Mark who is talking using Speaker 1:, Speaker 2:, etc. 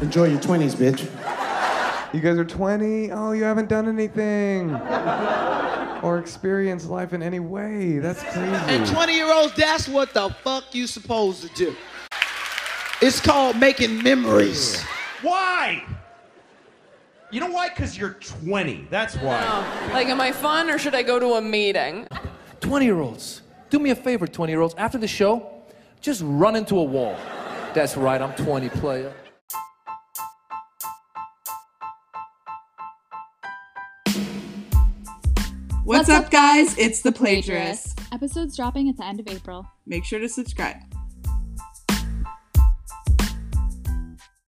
Speaker 1: Enjoy your 20s, bitch.
Speaker 2: You guys are 20? Oh, you haven't done anything or experienced life in any way. That's
Speaker 3: And
Speaker 2: crazy.
Speaker 3: 20 year olds, that's what the fuck you supposed to do. It's called making memories.
Speaker 4: Why? You know why? Because you're 20. That's why.
Speaker 5: Like, am I fun or should I go to a meeting?
Speaker 6: 20 year olds, do me a favor, 20 year olds. After the show, just run into a wall. That's right, I'm 20 player.
Speaker 7: What's up, guys? It's The Plagiarist.
Speaker 8: Episodes dropping at the end of April.
Speaker 7: Make sure to subscribe.